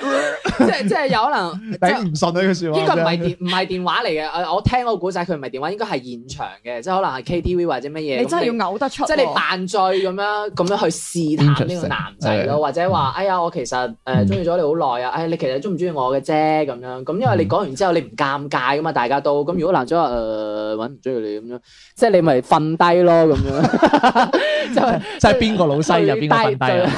即係即係有可能即係
頂唔順啊呢句説話。
應該
真
唔係
係
電唔係電話嚟嘅，呃我我聽嗰個古仔佢唔係電話，應該係現場嘅，即係可能係 KTV 或者乜嘢。
你真係
咁
要嘔得出喎。
即係你扮醉咁樣咁樣去試探呢個男仔
Interesting，啊嗯
咯，或者話哎呀我其實誒中意咗你好耐啊，哎你其實中唔中意我嘅啫咁樣，咁因為
嗯
你講完之後你唔尷尬噶嘛，大家都咁如果男仔話誒揾唔中意你咁樣，即係你咪瞓低咯咁樣，就係
即係邊個老 西就邊個瞓低啊！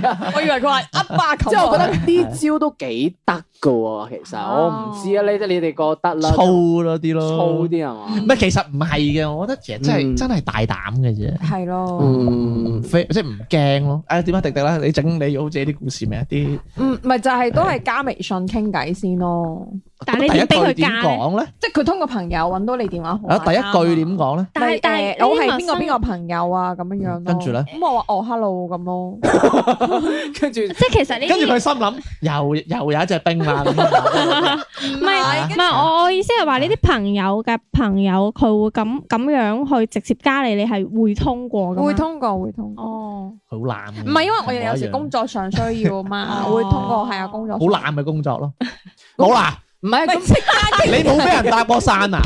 低。係啊
我以為佢話噏 啊，
即係我覺得呢招都幾得噶喎，其實我唔知
哦
啊，你你哋覺得啦，
粗咯啲咯，
粗啲 係嘛？
唔係，其實唔係嘅，我覺得其實真係、
嗯
真係大膽嘅啫，
係咯，
嗯
唔，非即係唔驚咯。誒點啊，迪迪啦，你整理好自己啲故事未 啊？啲
嗯，咪就係都係加微信傾偈先咯。
但係你
第一
點逼
句
佢
點
加咧？
講咧？
即係佢通過朋友揾到你電話號
啊，
碼。
第一句點？講咧？
但係但係
誒我係邊個
呢啲
邊個朋友啊咁樣樣咯。
跟住咧
咁我話哦 hello 咁咯。
跟住
即係其實呢
跟住
啲
佢心諗，又又有一隻 兵啦咁樣。
唔
啊
係唔係我我意思係話呢啲朋友嘅朋友，佢會咁咁樣去直接加你，你係會通過㗎嘛
會通過會通過。
哦，
好懶嘅。
唔係因為我哋有
同一
時
樣
工作上需要啊嘛，
哦
會通過係啊工作
好。懶嘅工作咯。好啦，
唔係咁
喂，即刻
你冇俾人搭過傘 啊？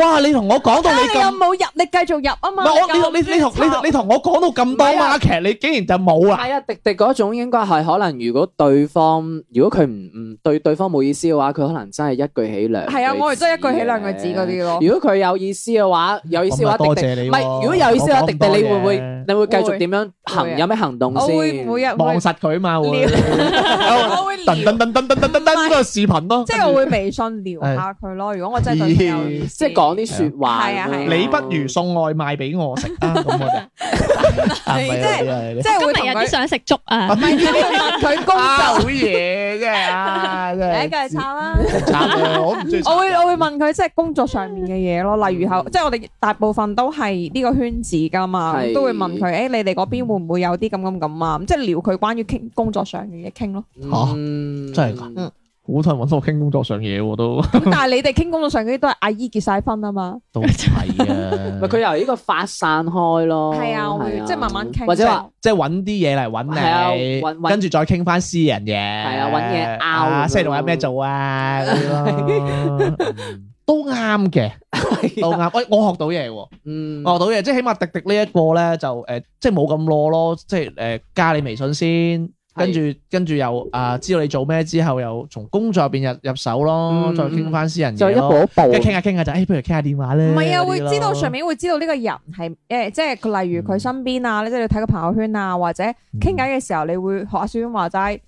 哇！你同我講到你
你有
咁，
冇入？你繼續入啊
唔
嘛。
係我你你你同
咁
你你同我講到咁多
唔係啊
market，你竟然就冇啦？
係啊，迪迪嗰種應該係可能，如果對方如果佢唔唔對對方冇意思嘅話，佢可能真係一句起兩句
係啊，我哋真係一句起
字
兩句字嗰
嘅
啲咯。
如果佢有意思嘅話，有意思嘅
咁
話，
啊
迪
多
迪
謝你喎
唔係。如果有意思嘅話，
我講咁
迪迪
多
你會唔會
嘢
你會繼續
會
點樣
會啊
行？有咩行動
我
先？
會每日
望
會
實佢嘛 會
撩，。
噔
我會
噔
撩，
噔噔噔噔噔嗰個視頻 咯。
即係我會微信聊下佢咯。如果我真係對佢有意思，
即係講啲説話。
係啊係啊
你不如送外賣俾我食啊！咁我就係咪啊
即係
你啊你
即係會
今
同
日有啲
佢
想食粥啊！
唔係 佢工
啊好
作，
嘢真係啊！真
第一
係
句係炒啦。
慘啊我唔中意
我會我會問佢即係工作上面嘅嘢咯，例如
嗯
後即係我哋大部分都係呢個圈子噶嘛，
係
都會問佢誒你哋嗰邊會唔會有啲咁咁咁啊？咁即係聊佢關於傾工作上嘅嘢傾咯。
嚇
嗯
真係㗎
嗯
好多人揾我傾工作上嘢喎，都
咁但係你哋傾工作上嗰啲都係阿姨結晒婚啊嘛，
都係啊
咪佢由呢個發散開咯。
係啊，我會
係啊
即係慢慢傾，
或者話
即係揾啲嘢嚟
係啊
揾
揾
你，
揾
跟住再傾翻私人嘢。係
啊揾嘢拗
啊星期六有咩做啊？嗰啲咯，嗯都啱嘅，都啱。喂，我學到嘢喎。
嗯
學到嘢，即係起碼迪迪呢一個咧就誒、即係冇咁攞咯，即係誒、加你微信先，跟住跟住又啊、知道你做咩之後，又從工作入邊入入手咯，
嗯
再傾翻私人
就
嘢
一步
咯，
一
跟
步
住傾下傾下就誒、不如傾下電話咧，
唔係啊，
嗰
會
啲咯
知道上面會知道呢個人係誒，即係佢例如佢身邊啊，即係你睇個朋友圈啊，或者傾偈嘅時候，你會學阿小娟話齋，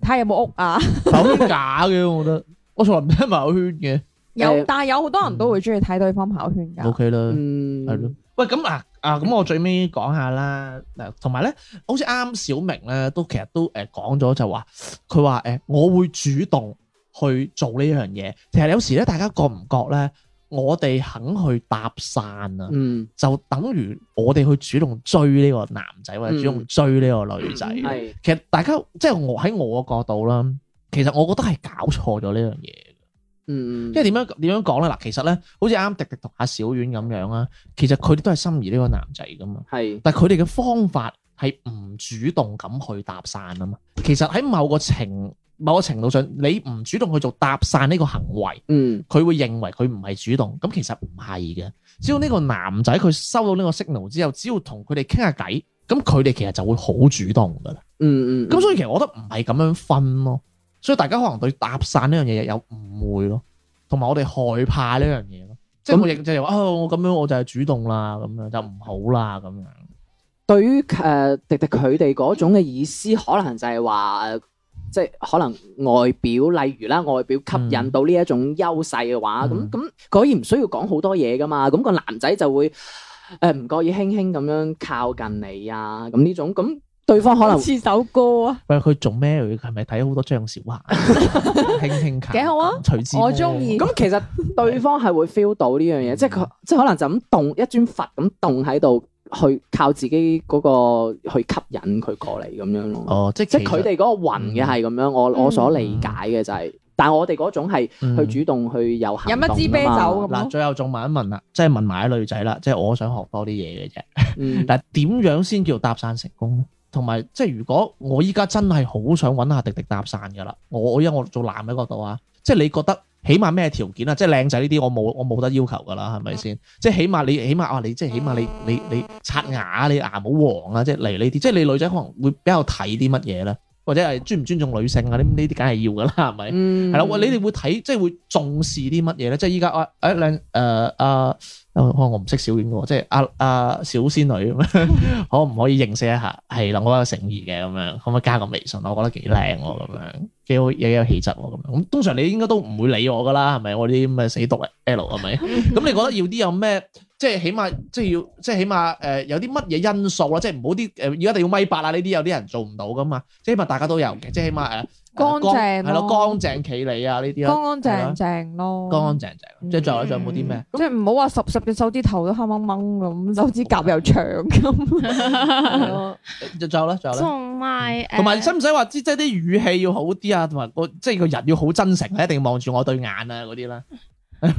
睇下有冇屋啊。
咁假嘅，我覺得我從來唔聽朋友 圈
有
誒，
但係有好多人都會中意睇對方朋友圈
嘅
㗎。
，OK 啦。
嗯
係咯。喂，咁嗱啊，咁我最尾講下啦，嗱，同埋咧，好似啱小明咧，都其實都誒講咗就話，佢話誒我會主動去做呢樣嘢。其實有時咧，大家覺唔覺咧，我哋肯去搭訕啊，
嗯
就等於我哋去主動追呢個男仔
嗯
或者主動追呢個女仔。
係
其實大家即係我喺我嘅角度啦，其實我覺得係搞錯咗呢樣嘢。
嗯
即係點樣點樣講咧？嗱，其實咧，好似啱迪迪同阿小婉咁樣啦，其實佢哋都係心儀呢個男仔噶嘛，
係
但係佢哋嘅方法係唔主動咁去搭訕啊嘛。其實喺某個程某個程度上，你唔主動去做搭訕呢個行為，
嗯
佢會認為佢唔係主動，咁其實唔係嘅。只要呢個男仔佢收到呢個 signal 之後，只要同佢哋傾下偈，咁咁佢哋其實就會好主動噶啦。
嗯嗯，
咁所以其實我覺得唔係咁樣分咯，所以大家可能對搭訕呢樣嘢有誤會咯，同埋我哋害怕呢樣嘢咯，即係
咁
我亦就係話啊，我咁樣我就係主動啦，咁樣就唔好啦，咁樣
對於誒迪迪佢哋嗰種嘅意思，可能就係話誒，即係可能外表，例如啦，外表吸引到呢一種優勢嘅話，咁
嗯
咁可以唔需要講好多嘢噶嘛，咁、個男仔就會誒唔覺意輕輕咁樣靠近你啊，咁呢種咁對方可能
似首歌啊，
喂佢做咩？佢係咪睇好多張小娴？輕輕靠
幾好啊！
徐志摩
我中意。
咁其實對方係會 feel 到呢樣嘢，即係佢即係可能就咁動一尊佛咁動喺度，去靠自己嗰、個去吸引佢過嚟咁樣咯。
哦，即係
即係
其實嗯
佢哋嗰個雲嘅係咁樣，我我所理解嘅就係、但係我哋嗰種係
嗯
去主動去有行動
飲一支啤酒咁
嗱，最後仲問一問啦，即係問埋啲女仔啦，即係我想學多啲嘢嘅啫。
嗯
嗱，點樣先叫搭訕成功咧？同埋即係如果我依家真係好想揾下迪迪搭訕噶啦，我我因為我做男嘅角度啊，即係你覺得起碼咩條件啊？即係靚仔呢啲我冇我冇得要求噶啦，係咪先？即係起碼你起碼啊，你即係起碼你你你刷牙你牙冇黃啊，即係嚟呢啲，即係你女仔可能會比較睇啲乜嘢咧，或者係尊唔尊重女性啊？呢呢啲梗係要噶啦，係咪？
嗯
係啦，喂，你哋會睇即係會重視啲乜嘢咧？即係依家啊，誒靚誒啊，可能我唔識小丸嘅喎，即係啊啊小仙女咁樣，可唔可以認識一下？係啦，我有誠意嘅咁樣，可唔可以加個微信？我覺得幾靚喎咁樣，幾好，幾有氣質喎咁樣。咁通常你應該都唔會理我噶啦，係咪？我啲咁嘅死毒 L 係咪？咁你覺得要啲有咩？即係起碼，即係要，即係起碼，誒、有啲乜嘢因素啦，即係唔好啲誒，而家一定要米八啊，呢啲有啲人做唔到噶嘛，即係起碼大家都有嘅，即係起碼誒。
乾淨咯
係咯，乾淨企理啊呢啲啊，
乾乾淨淨咯，
乾乾淨
嗯
淨。即係仲有仲有冇啲咩？
即係唔好話十十隻手指頭都黑掹掹咁，手指甲又長
嗯
咁。
仲有咧，仲有咧。
同埋誒
嗯同埋使唔使話即即係啲語氣要好啲啊？同埋個即係個人要好真誠啊，一定要望住我對眼啊嗰啲啦。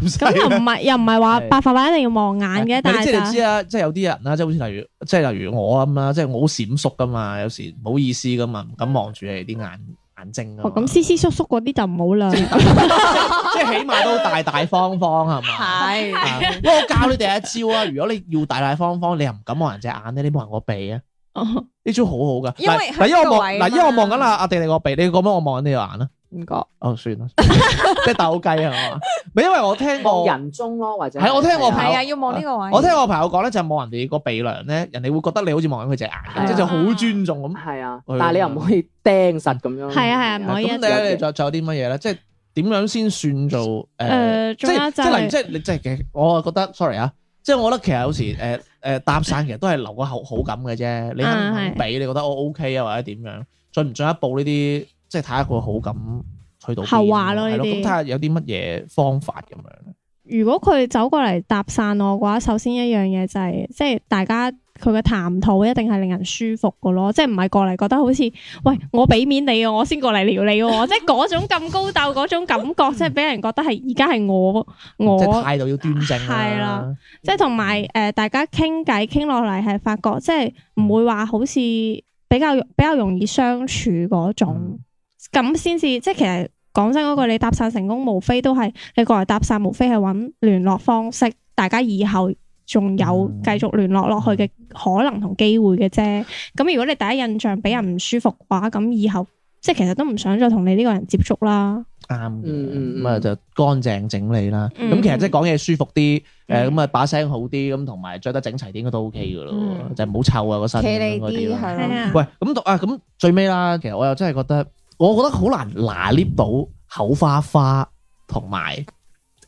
唔使
咁又唔係又唔係話
係
白頭髮一定要望眼嘅，但
係即係你
係
知啊，即係有啲人啦，即係好似例如，即係例如我咁啦，即係我好閃縮噶嘛，有時唔好意思噶嘛，唔敢望住你啲眼眼睛
就
噶
哦
嘛。
咁斯斯縮縮嗰啲就唔好啦。
即係起碼都大大方方 係嘛？
係
啊喂，我教你第一招啊！如果你要大大方方，你又唔敢望人隻眼咧，你望人個鼻啊！
哦
呢招好好噶，
因為
嗱
喺
嗱，因為
呢
我
個
望
位
嗱，
嘛
因為我望緊阿阿迪迪個鼻，你覺唔覺得我望緊你個眼啊？
唔覺。
哦，算啦，即係鬥雞啊係嘛？唔係因為我聽
望
過，
人中咯，或者
哦係我聽我朋友
係啊，要望呢個位。
我聽我朋友講咧，就係望人哋個鼻梁咧，人哋會覺得你好似望緊佢隻眼
係
咁，
啊
即係就好尊重咁。
係啊，
係啊
但係你又唔可以釘實咁樣。
係啊係啊唔可以
咁
一
你咧，你仲有仲有啲乜嘢咧？即係點樣先算做誒？
誒
即
仲有
係即
就
係例
係
如即係你即係嘅，我啊覺得 sorry 啊，即係我覺得其實有時誒誒搭訕其實都係留個好好感嘅啫。你肯唔肯
嗯係
俾？你覺得我 OK 啊，或者點樣？進唔進一步呢啲， 即係睇下個好感去到邊
後話咯
係
呢啲
咁睇下有啲乜嘢方法咁樣。
如果佢走過嚟搭訕我嘅話，首先一樣嘢就係、即係大家佢嘅談吐一定係令人舒服嘅咯，即係唔係過嚟覺得好似喂我俾面你啊，我先過嚟撩你喎，即係嗰種咁高竇嗰種感覺，即係俾人覺得係而家係我
即係
我，
態度要端正
係
啦
啦。即係同埋誒大家傾偈傾落嚟係發覺，即係唔會話好似比較比較容易相處嗰種
嗯，
咁先至即係其實講真嗰句，你搭訕成功，無非都係你過嚟搭訕，無非係揾聯絡方式，大家以後仲有
嗯
繼續聯絡落去嘅可能同機會嘅啫。咁如果你第一印象俾人唔舒服嘅話，咁以後即係其實都唔想再同你呢個人接觸啦。
啱
嗯嗯
嘅，
嗯
咁啊就乾淨整理啦。
嗯
咁其實即係講嘢舒服啲，誒
嗯
咁啊把聲好啲，咁同埋着得整齊啲應該都 OK 噶咯，
嗯
就唔好臭啊個身
企
咁
你
嗰啲
啲
啦。
係
係
啊
咯。
喂，咁到啊咁最尾啦，其實我又真係覺得，我覺得好難拿捏到口花花同埋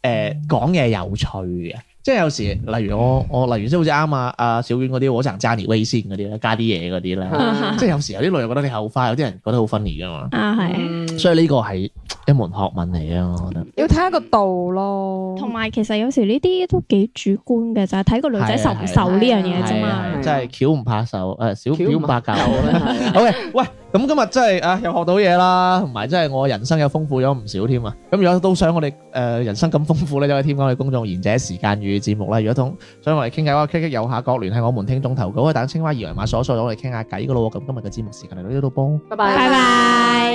誒講嘢有趣嘅。即係有時，例如我我例如即係好似啱啊啊小婉嗰啲，我成揸你威先嗰啲咧，加啲嘢嗰啲咧，
啊
即係有時有啲女又覺得你口花，有啲人覺得好 funny 噶嘛。
啊，係。
所以呢個係一門學問嚟嘅，我覺得。
要睇下個度咯。
同埋其實有時呢啲都幾主觀嘅，就係睇個女仔
係
受
係
唔受呢樣嘢啫
係
嘛。
啊係啊真係橋唔怕手，誒小
橋
橋
唔
唔怕
怕
教。
手啦係啊
好嘅，喂，咁今日真係啊，又學到嘢啦，同埋真係我人生又豐富咗唔少添啊！咁如果都想我哋誒、呃人生咁豐富咧，就可以添加我哋公眾賢者時間與節目啦。如果同想我哋傾偈嘅話，K K 右下角聯繫我們聽眾投稿，可以打青蛙二維碼掃一掃，我哋傾下偈噶咯喎。咁今日嘅節目時間嚟到呢度噃。
拜拜。
拜拜。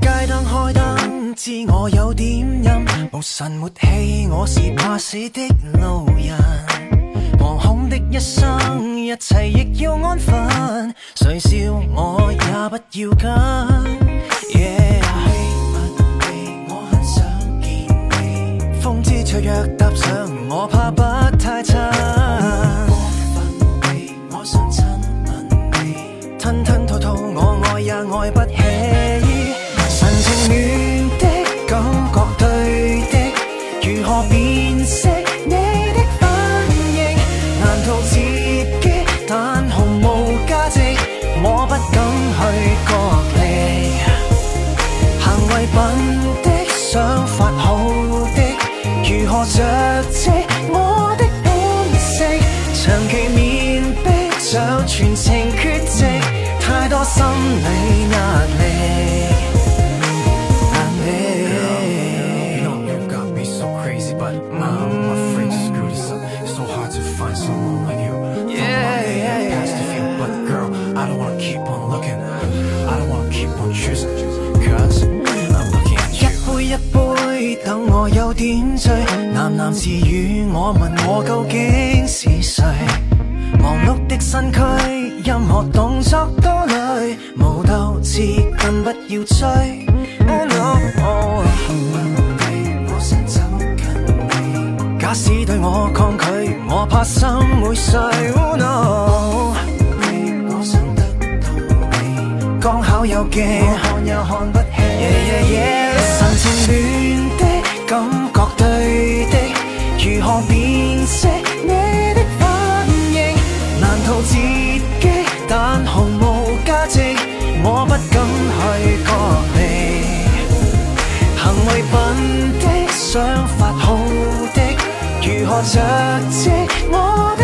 街燈開燈，知我有點陰，無神沒氣，我是怕死的路人。惶恐的一一生，一切亦要安分。誰笑我也不要跟。Yeah 我很想見你風姿脆弱搭上，我怕不太襯。過分地，我想親吻你，吞吞吐吐，我愛也愛不起。神情暖的感覺對的，如何辨識你的反應？難逃自己，但毫無價值，我不敢去角力。行為品的想法好的，如何着跡我的本色，長期面壁像全程缺席，太多心理壓力。難你一杯一杯，等我有點醉，喃喃自語，我問我究竟是誰？忙碌的身軀，任何動作都累，無鬥志更不要追。Oh no！假使對我抗拒，我怕心會碎。Oh no！剛巧有記，看又看不起。神情亂的感覺對的，如何辨識你的反應？難逃自己，但毫無價值，我不敢去割離。行為品的想法好的，如何着跡我哦